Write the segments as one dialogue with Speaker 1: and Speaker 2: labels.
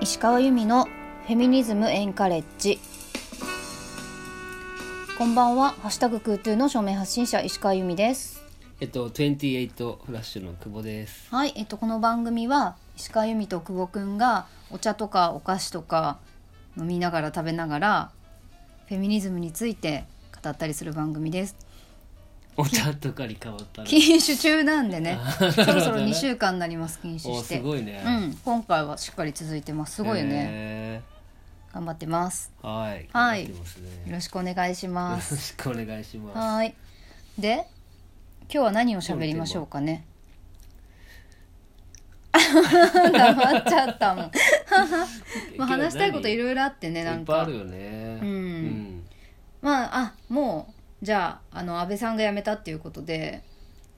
Speaker 1: 石川由美のフェミニズムエンカレッジこんばんはハッシュタグクートゥーの署名発信者石川由美です
Speaker 2: えっと、28フラッシュの久 保です。
Speaker 1: はいえっとこの番組は石川由美と久保くんがお茶とかお菓子とか飲みながら食べながらフェミニズムについて語ったりする番組です
Speaker 2: お茶とかに変わったら。
Speaker 1: 禁酒中なんでねそろそろ
Speaker 2: ね
Speaker 1: 2週間になります禁酒
Speaker 2: お
Speaker 1: して
Speaker 2: すごいね
Speaker 1: うん、今回はしっかり続いてますすごいよね、
Speaker 2: ね。
Speaker 1: 頑張ってます
Speaker 2: はい。
Speaker 1: はい
Speaker 2: 頑張ってますね
Speaker 1: よろしくお願いし
Speaker 2: よ
Speaker 1: ま
Speaker 2: ろ
Speaker 1: す
Speaker 2: しくお願いします。
Speaker 1: はい。で、今日は何を喋りましょうかね。黙っちゃったもん。 まあ話したいことい
Speaker 2: い
Speaker 1: ろいろあってね、
Speaker 2: ろ
Speaker 1: ないん
Speaker 2: っぱいあ
Speaker 1: か
Speaker 2: る。よね。
Speaker 1: うん
Speaker 2: うん。
Speaker 1: まあ、あ、もう、じゃあ、あの安倍さんが辞めたっていうことで。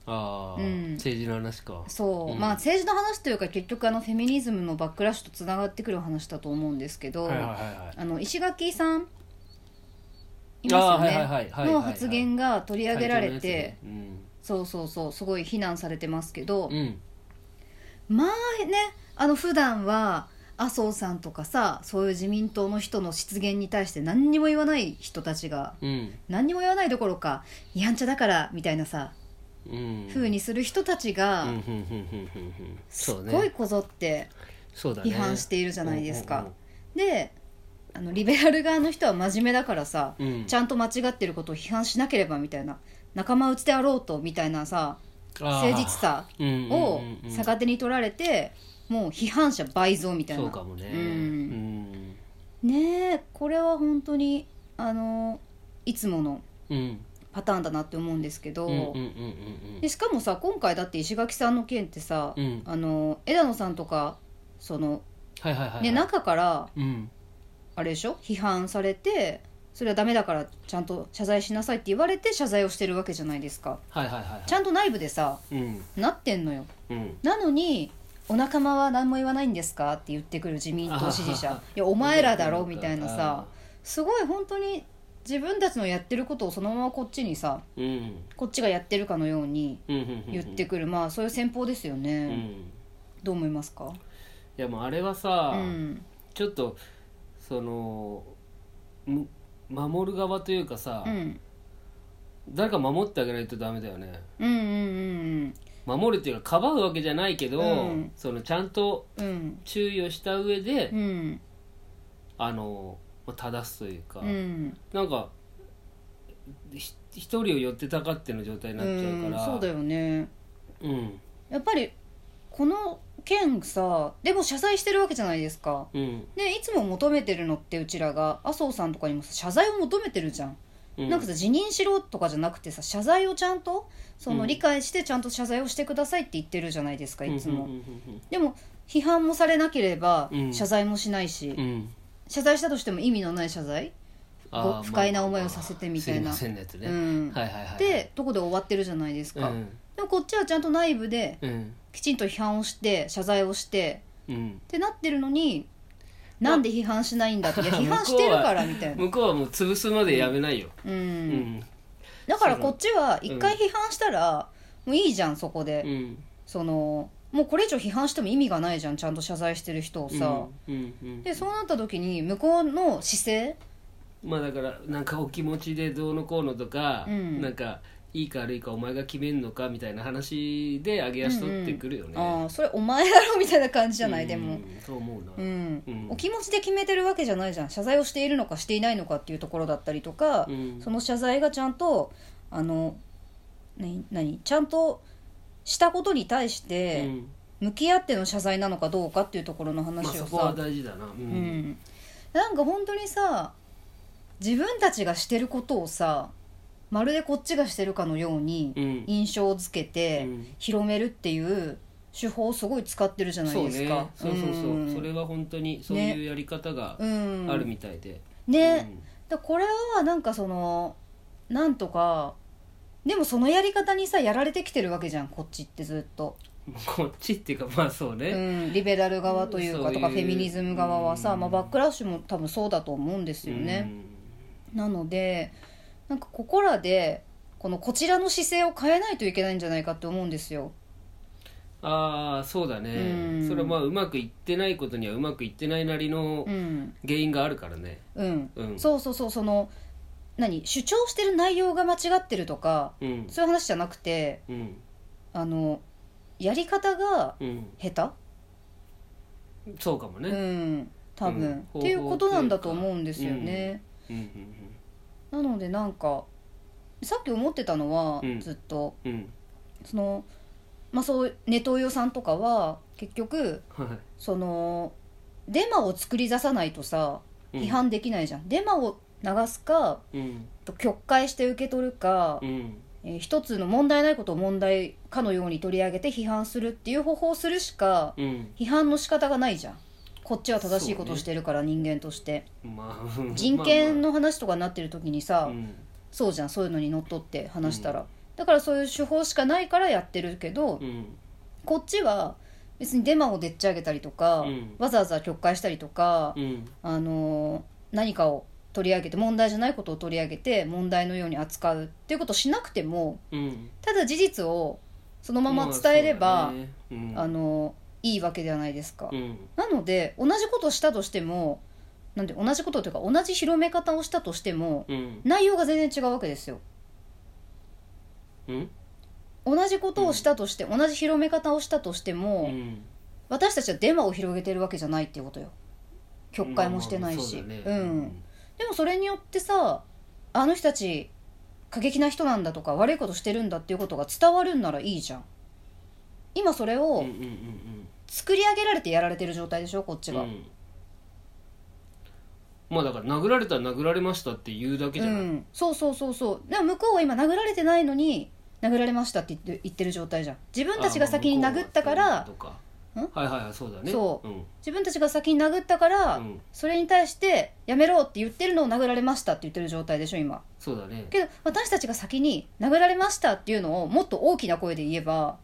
Speaker 2: ああ、
Speaker 1: うん
Speaker 2: 政治の話か。
Speaker 1: そう、
Speaker 2: うん
Speaker 1: まあ、政治の話というか、結局、あのフェミニズムのバックラッシュとつながってくる話だと思うんですけど。
Speaker 2: はいはいはいはい。
Speaker 1: あの石垣さん。います
Speaker 2: あーはい
Speaker 1: よ
Speaker 2: はいはい
Speaker 1: ね。
Speaker 2: はいはいはい
Speaker 1: の発言が取り上げられて。
Speaker 2: うん。
Speaker 1: そうそうそう、すごい非難されてますけど。
Speaker 2: うん。
Speaker 1: まあねあの普段は麻生さんとかさそういう自民党の人の失言に対して何にも言わない人たちが
Speaker 2: うん。
Speaker 1: 何にも言わないどころかやんちゃだからみたいなさ、
Speaker 2: うん。
Speaker 1: 風にする人たち
Speaker 2: う
Speaker 1: が、
Speaker 2: ん。うん。うん。うん。うんうん。
Speaker 1: すっ
Speaker 2: そう
Speaker 1: ごい
Speaker 2: ね。
Speaker 1: こぞって
Speaker 2: そうだね。
Speaker 1: 批判しているじゃないですか、
Speaker 2: うんうんうん
Speaker 1: であのリベラル側の人は真面目だからさ、
Speaker 2: うん
Speaker 1: ちゃんと間違ってることを批判しなければみたいな仲間内であろうとみたいなさ誠実さ
Speaker 2: うんうんうん
Speaker 1: を
Speaker 2: うん
Speaker 1: 逆手に取られてもう批判者倍増みたいな
Speaker 2: そうかもね。
Speaker 1: う
Speaker 2: うんん
Speaker 1: ねえこれは本当にあのいつもの
Speaker 2: うん
Speaker 1: パターンだなって思うんですけど、
Speaker 2: うんうんうん
Speaker 1: でしかもさ今回だって石垣さんの件ってさ、
Speaker 2: うんうん
Speaker 1: あの枝野さんとかその、
Speaker 2: はいはいはいはい
Speaker 1: ね、中から
Speaker 2: うん
Speaker 1: あれでしょ批判されてそれはダメだからちゃんと謝罪しなさいって言われて謝罪をしてるわけじゃないですか
Speaker 2: はいはいはいはい
Speaker 1: ちゃんと内部でさ
Speaker 2: うん
Speaker 1: なってんのよ
Speaker 2: うん
Speaker 1: なのにお仲間は何も言わないんですかって言ってくる自民党支持
Speaker 2: あは
Speaker 1: 者
Speaker 2: はい
Speaker 1: やお前らだろみたいなさすごい本当に自分たちのやってることをそのままこっちにさ
Speaker 2: うんうん
Speaker 1: こっちがやってるかのように
Speaker 2: うんうん
Speaker 1: 言ってくる、まあそういう戦法ですよね、
Speaker 2: うんい
Speaker 1: どう思いますか
Speaker 2: やもうあれはさ
Speaker 1: うん
Speaker 2: ちょっとそのむ守る側というかさ
Speaker 1: うん
Speaker 2: 誰か守ってあげないとダメだよね
Speaker 1: うんうん
Speaker 2: 守るっていうかかばうわけじゃないけど
Speaker 1: うん
Speaker 2: そのちゃんと
Speaker 1: うんうん
Speaker 2: 注意をした上で
Speaker 1: うん
Speaker 2: あのまあ正すというか
Speaker 1: うん
Speaker 2: なんかひ一人を寄ってたかっての状態になっちゃうから
Speaker 1: そうだよね
Speaker 2: うん
Speaker 1: やっぱりこの件さでも謝罪してるわけじゃないですか
Speaker 2: うん
Speaker 1: でいつも求めてるのってうちらが麻生さんとかにもさ謝罪を求めてるじゃん
Speaker 2: うん
Speaker 1: なんかさ辞任しろとかじゃなくてさ謝罪をちゃんとその
Speaker 2: うん
Speaker 1: 理解してちゃんと謝罪をしてくださいって言ってるじゃないですかいつも、
Speaker 2: うんうん
Speaker 1: でも批判もされなければ
Speaker 2: うん
Speaker 1: 謝罪もしないし、
Speaker 2: うんうんうん
Speaker 1: 謝罪したとしても意味のない謝罪、
Speaker 2: あー
Speaker 1: ご不快な思いをさせてみたいな
Speaker 2: まあすいませんのやつね、
Speaker 1: うん
Speaker 2: はいはいはい
Speaker 1: でどこで終わってるじゃないです
Speaker 2: う
Speaker 1: か、
Speaker 2: ん
Speaker 1: でもこっちはちゃんと内部で
Speaker 2: うん
Speaker 1: きちんと批判をして謝罪をして
Speaker 2: うん
Speaker 1: ってなってるのになんで批判しないんだっていや批判してるからみたいな、
Speaker 2: 向こうはもう潰すまでやめないよ、
Speaker 1: うん
Speaker 2: うん
Speaker 1: だからこっちは一回批判したらもういいじゃんそこで、
Speaker 2: うん
Speaker 1: そのもうこれ以上批判しても意味がないじゃんちゃんと謝罪してる人をさ、
Speaker 2: うんうん
Speaker 1: でそうなった時に向こうの姿勢
Speaker 2: まあだからなんかお気持ちでどうのこうのとか、
Speaker 1: うん
Speaker 2: なんかいいか悪いかお前が決めんのかみたいな話で上げ足取ってくるよね、
Speaker 1: ああそれお前だろみたいな感じじゃない、
Speaker 2: うん
Speaker 1: でも
Speaker 2: そう思うな、
Speaker 1: うん、
Speaker 2: うん
Speaker 1: お気持ちで決めてるわけじゃないじゃん謝罪をしているのかしていないのかっていうところだったりとか、
Speaker 2: うん
Speaker 1: その謝罪がちゃんとあの何何ちゃんとしたことに対し
Speaker 2: う
Speaker 1: て
Speaker 2: ん
Speaker 1: 向き合っての謝罪なのかどうかっていうところの
Speaker 2: まあ、
Speaker 1: 話
Speaker 2: そ
Speaker 1: を
Speaker 2: こ
Speaker 1: さ
Speaker 2: は、大事だな、うん
Speaker 1: うん、なんか本当にさ自分たちがしてることをさまるでこっちがしてるかのように
Speaker 2: うん
Speaker 1: 印象づけて
Speaker 2: うん
Speaker 1: 広めるっていう手法をすごい使ってるじゃな
Speaker 2: そ
Speaker 1: いうです
Speaker 2: ね
Speaker 1: か。
Speaker 2: そうそうそう、
Speaker 1: ん
Speaker 2: それは本当にそういうやり方が
Speaker 1: うん
Speaker 2: あるみたいで、
Speaker 1: ね、
Speaker 2: うん
Speaker 1: だこれはなんかそのなんとかでもそのやり方にさやられてきてるわけじゃんこっちってずっと、
Speaker 2: こっちっていうかまあそう
Speaker 1: う
Speaker 2: ね、
Speaker 1: ん、リベラル側というか
Speaker 2: そういう
Speaker 1: とかフェミニズム側はさ、
Speaker 2: うん
Speaker 1: まあ、バックラッシュも多分そうだと思うんです
Speaker 2: うん
Speaker 1: よね、なのでなんかここらでこのこちらの姿勢を変えないといけないんじゃないかって思うんですよ
Speaker 2: ああそうだね、
Speaker 1: うん
Speaker 2: それはまあうまくいってないことにはうまくいってないなりの
Speaker 1: うん
Speaker 2: 原因があるからね
Speaker 1: うん、
Speaker 2: うん
Speaker 1: そうそうそうその何主張してる内容が間違ってるとか
Speaker 2: うん
Speaker 1: そういう話じゃなくて
Speaker 2: うん
Speaker 1: あのやり方が
Speaker 2: うん
Speaker 1: 下
Speaker 2: そうかも
Speaker 1: 手、
Speaker 2: ね、
Speaker 1: うん多
Speaker 2: うん
Speaker 1: 分、
Speaker 2: 方法
Speaker 1: っていうことなんだと思うんですよね、
Speaker 2: うん、うん
Speaker 1: なのでなんかさっき思ってたのは、
Speaker 2: うん
Speaker 1: ずっと
Speaker 2: うんうん
Speaker 1: そのまあそうネトウヨさんとかは結局
Speaker 2: は
Speaker 1: そのデマを作り出さないとさ
Speaker 2: い
Speaker 1: 批判できないじゃん、デマを流すか
Speaker 2: うん
Speaker 1: と曲解して受け取るか
Speaker 2: う、ん
Speaker 1: えー一つの問題ないことを問題かのように取り上げて批判するっていう方法をするしか
Speaker 2: うん
Speaker 1: 批判の仕方がないじゃんこっちは正しいことをしてるから、人間として
Speaker 2: まあうん
Speaker 1: 人権の話とかになってる時にさ、
Speaker 2: まあまあうん
Speaker 1: そうじゃんそういうのにのっとって話したら、だからそういう手法しかないからやってるけど、
Speaker 2: うん
Speaker 1: こっちは別にデマをでっち上げたりとか、
Speaker 2: うん
Speaker 1: わざわざ曲解したりとか、
Speaker 2: うん
Speaker 1: あのー何かを取り上げて問題じゃないことを取り上げて問題のように扱うっていうことをしなくても
Speaker 2: うん
Speaker 1: ただ事実をそのまま伝えれば、
Speaker 2: まあそうだねうん
Speaker 1: あのーいいわけではないですか。
Speaker 2: うん
Speaker 1: なので同じことをしたとしてもなんで同じことというか同じ広め方をしたとしても
Speaker 2: うん
Speaker 1: 内容が全然違うわけですよ。
Speaker 2: うん
Speaker 1: 同じことをしたとして、同じ広め方をしたとしても、
Speaker 2: うん
Speaker 1: 私たちはデマを広げてるわけじゃないっていうことよ曲解もしてないし、
Speaker 2: まあまあそう
Speaker 1: う
Speaker 2: だね
Speaker 1: ん、でもそれによってさあの人たち過激な人なんだとか悪いことしてるんだっていうことが伝わるんならいいじゃん今それ
Speaker 2: うんう
Speaker 1: を
Speaker 2: んうんうん
Speaker 1: 作り上げられてやられてる状態でしょこっちが、
Speaker 2: う
Speaker 1: うん
Speaker 2: んまあだから殴られたら殴られましたって言うだけじゃない、
Speaker 1: そうそうそうそうでも向こうは今殴られてないのに殴られましたって言って言ってる状態じゃん自分たちが先に殴ったか
Speaker 2: あまあ
Speaker 1: ら
Speaker 2: 向こうは
Speaker 1: ん
Speaker 2: そういうことかはいはいはいそうだね
Speaker 1: そ
Speaker 2: うん
Speaker 1: 自分たちが先に殴ったから、
Speaker 2: うん
Speaker 1: それに対して「やめろ」って言ってるのを殴られましたって言ってる状態でしょ今
Speaker 2: そうだね
Speaker 1: けど私たちが先に「殴られました」っていうのをもっと大きな声で言えば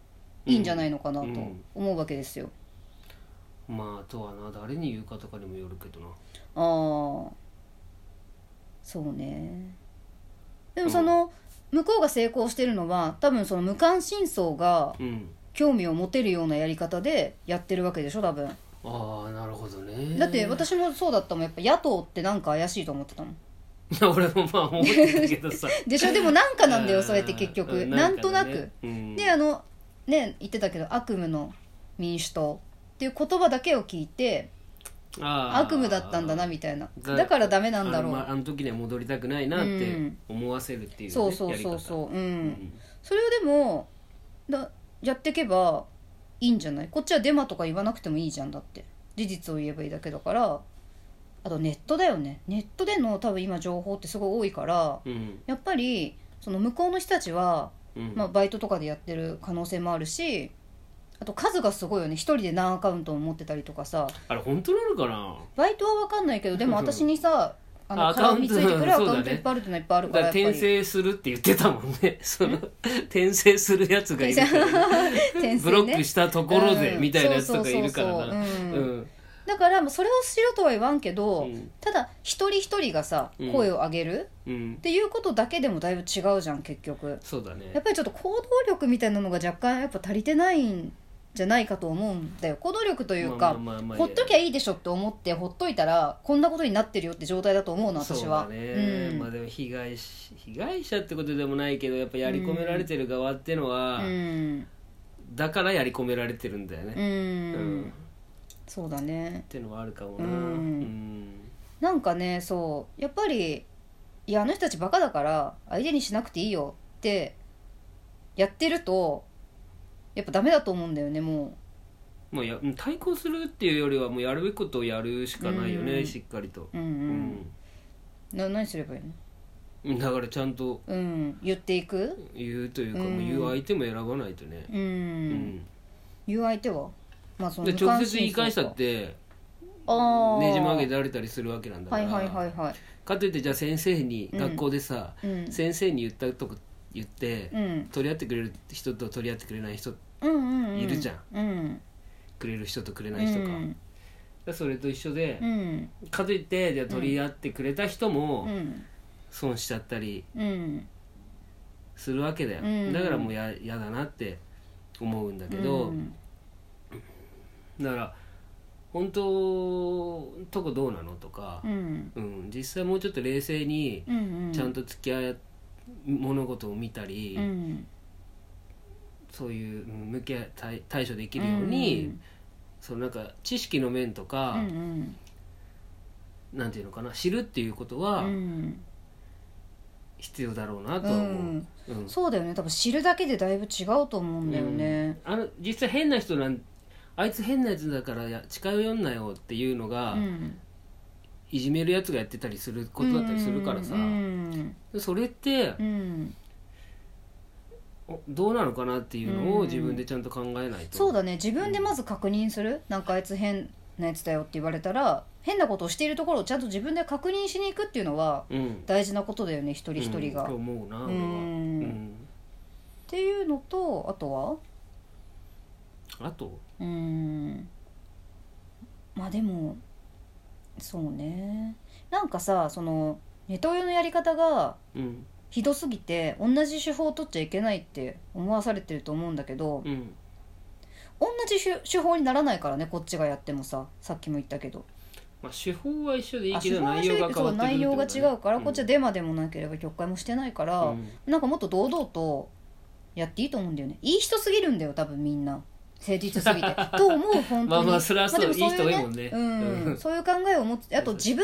Speaker 1: いいんじゃないのかなと
Speaker 2: うん
Speaker 1: 思うわけですよ、
Speaker 2: まああとはな誰に言うかとかにもよるけどな
Speaker 1: ああそうねでもその、向こうが成功してるのは多分その無関心層が
Speaker 2: うん
Speaker 1: 興味を持てるようなやり方でやってるわけでしょ多分
Speaker 2: ああなるほどね
Speaker 1: だって私もそうだったもんやっぱ野党ってなんか怪しいと思ってたもん
Speaker 2: いや俺もまあ思ってたけどさ
Speaker 1: でしょでもなんかなんだよそれって結
Speaker 2: う
Speaker 1: 局
Speaker 2: ん
Speaker 1: なんとなく
Speaker 2: かねうん
Speaker 1: であのね言ってたけど悪夢の民主党っていう言葉だけを聞いて
Speaker 2: あー
Speaker 1: 悪夢だったんだなみたいな
Speaker 2: が
Speaker 1: だからダメなんだろ
Speaker 2: あの,、まあ
Speaker 1: う
Speaker 2: の時には戻りたくないなって
Speaker 1: うん
Speaker 2: 思わせるっていう、ね
Speaker 1: そうそうそうそうう
Speaker 2: う、
Speaker 1: んそれをでもだやってけばいいんじゃないこっちはデマとか言わなくてもいいじゃんだって事実を言えばいいだけだからあとネットだよねネットでの多分今情報ってすごい多いから
Speaker 2: うん
Speaker 1: やっぱりその向こうの人たちは
Speaker 2: うん
Speaker 1: まあ、バイトとかでやってる可能性もあるしあと数がすごいよね一人で何アカウントも持ってたりとかさ
Speaker 2: あれ本当なのかな
Speaker 1: バイトは分かんないけどでも私に さあ
Speaker 2: あア
Speaker 1: の
Speaker 2: カ
Speaker 1: 絡
Speaker 2: ウン
Speaker 1: み
Speaker 2: ト
Speaker 1: ついてくるアカ
Speaker 2: そう
Speaker 1: ウ
Speaker 2: だ
Speaker 1: ント
Speaker 2: ね
Speaker 1: いっぱいあるってのはいっぱいあるか
Speaker 2: だからら
Speaker 1: やっぱり
Speaker 2: 転生するって言ってたもんねその転生するやつがいるから
Speaker 1: 転生
Speaker 2: ブロックしたところで
Speaker 1: うん
Speaker 2: みたいなやつとかいるから
Speaker 1: そうそう
Speaker 2: な
Speaker 1: そうううん
Speaker 2: ん
Speaker 1: だからもうそれをしろとは言わんけど、
Speaker 2: うん
Speaker 1: ただ一人一人がさ
Speaker 2: うん
Speaker 1: 声を上げる
Speaker 2: うん
Speaker 1: っていうことだけでもだいぶ違うじゃん結局
Speaker 2: そうだ
Speaker 1: や
Speaker 2: ね
Speaker 1: っぱりちょっと行動力みたいなのが若干やっぱ足りてないんじゃないかと思うんだよ行動力というか、
Speaker 2: まあまあまあまあ
Speaker 1: ほっときゃいいでしょって思ってほっといたらこんなことになってるよって状態だと思うの私は
Speaker 2: そうだね、
Speaker 1: うん
Speaker 2: まあでも被害し被害者ってことでもないけどやっぱやり込められてる側ってのは、
Speaker 1: うん
Speaker 2: だからやり込められてるんだよね、
Speaker 1: うん、
Speaker 2: うん
Speaker 1: そうだね
Speaker 2: ってのはあるかもな
Speaker 1: うん
Speaker 2: うん
Speaker 1: なんかねそうやっぱりいやあの人たちバカだから相手にしなくていいよってやってるとやっぱダメだと思うんだよねも
Speaker 2: もうや対抗するっていうよりはもうやるべきことをやるしかないよね、
Speaker 1: うん
Speaker 2: しっかりと、
Speaker 1: ううんう、
Speaker 2: うん
Speaker 1: な何すればいいの
Speaker 2: うんだからちゃんと
Speaker 1: うん言っていく
Speaker 2: 言うというか、
Speaker 1: うん
Speaker 2: もう言う相手も選ばないとね、
Speaker 1: うん、
Speaker 2: うん
Speaker 1: 言う相手はまあその
Speaker 2: で
Speaker 1: 無
Speaker 2: 直
Speaker 1: 関
Speaker 2: 接
Speaker 1: 心
Speaker 2: 言い返したっ
Speaker 1: 層か
Speaker 2: て
Speaker 1: ああ
Speaker 2: ねじ曲げられたりするわけなんだか
Speaker 1: は
Speaker 2: ら、
Speaker 1: いはいはいはい
Speaker 2: かといってじゃあ先生に
Speaker 1: うん
Speaker 2: 学校でさ、
Speaker 1: うん
Speaker 2: 先生に言ったとこ言って、
Speaker 1: うん
Speaker 2: 取り合ってくれる人と取り合ってくれない人
Speaker 1: うんうんうん
Speaker 2: いるじゃん
Speaker 1: うん
Speaker 2: くれる人とくれない人か、
Speaker 1: うん
Speaker 2: でそれと一緒で、
Speaker 1: うん
Speaker 2: かといってじゃあ取り合ってくれた人も
Speaker 1: うん
Speaker 2: 損しちゃったり
Speaker 1: うん
Speaker 2: するわけだよ、
Speaker 1: うん
Speaker 2: だからもうや嫌だなって思うんだけど、
Speaker 1: うん
Speaker 2: だから本当のとこどうなのとか
Speaker 1: う、ん
Speaker 2: うん実際もうちょっと冷静に
Speaker 1: うんうん
Speaker 2: ちゃんと付き合い、物事を見たり、
Speaker 1: うん
Speaker 2: そういううん向き合い対対処できるように、そのなんか知識の面と
Speaker 1: うん
Speaker 2: か
Speaker 1: う、ん
Speaker 2: なんていうのかな知るっていうこと
Speaker 1: う
Speaker 2: は
Speaker 1: ん
Speaker 2: 必要だろうなとは思う、
Speaker 1: うん
Speaker 2: うん
Speaker 1: そうだよね多分知るだけでだいぶ違うと思うんだよね
Speaker 2: あの実際変な人なんあいつ変なやつだからや近寄んなよっていうの
Speaker 1: う
Speaker 2: が、
Speaker 1: ん
Speaker 2: いじめるやつがやってたりすることだったりするからさ、
Speaker 1: うん
Speaker 2: それって
Speaker 1: う、ん
Speaker 2: おどうなのかなっていうの
Speaker 1: う
Speaker 2: を
Speaker 1: ん
Speaker 2: 自分でちゃんと考えないと
Speaker 1: そうだね自分でまず確認するなんかあいつ変なやつだよって言われたら変なことをしているところをちゃんと自分で確認しに行くっていうのは
Speaker 2: うん
Speaker 1: 大事なことだよね一人一人が、
Speaker 2: うんと思うな俺は、
Speaker 1: うん
Speaker 2: うん
Speaker 1: っていうのとあとは
Speaker 2: あと
Speaker 1: うーんまあでもそうねなんかさそのネトウヨのやり方が
Speaker 2: うん
Speaker 1: ひどすぎて同じ手法を取っちゃいけないって思わされてると思うんだけど
Speaker 2: うん
Speaker 1: 同じ手手法にならないからねこっちがやってもささっきも言ったけど
Speaker 2: まあ、手法は一緒でいい
Speaker 1: あ
Speaker 2: け
Speaker 1: 手
Speaker 2: ど
Speaker 1: 法は
Speaker 2: 内容が
Speaker 1: そう
Speaker 2: 変わってくる
Speaker 1: 内容が
Speaker 2: って
Speaker 1: 違うから、
Speaker 2: ん
Speaker 1: こっちはデマでもなければ曲解もしてないから、
Speaker 2: うん
Speaker 1: なんかもっと堂々とやっていいと思うんだよねいい人すぎるんだよ多分みんな誠実すぎ てと思う本当に
Speaker 2: まあまあそれはそう
Speaker 1: でい
Speaker 2: いい人多いもんね
Speaker 1: うん
Speaker 2: うん
Speaker 1: そういう考えを持つあと
Speaker 2: そう
Speaker 1: 自分が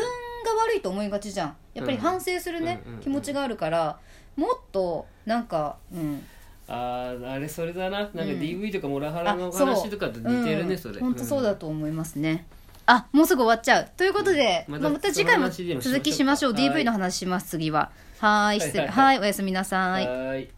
Speaker 1: 悪いと思いがちじゃんやっぱり
Speaker 2: うん
Speaker 1: 反省するね、
Speaker 2: うんうんうん
Speaker 1: 気持ちがあるからもっとなんかうん
Speaker 2: あーあれそれだななんか
Speaker 1: うん
Speaker 2: DV とかモラハラの
Speaker 1: あそう
Speaker 2: 話とかと似てる
Speaker 1: う
Speaker 2: ね、
Speaker 1: ん
Speaker 2: それ
Speaker 1: 本当そうだと思いますね、あもうすぐ終わっちゃうということで、
Speaker 2: う
Speaker 1: ま
Speaker 2: んま
Speaker 1: あ
Speaker 2: た
Speaker 1: また次回も
Speaker 2: その話でもしましょうか
Speaker 1: 続きしましょう
Speaker 2: はい
Speaker 1: DV の話します次ははーい失礼
Speaker 2: はいはい
Speaker 1: はいおやすみなさい
Speaker 2: はーい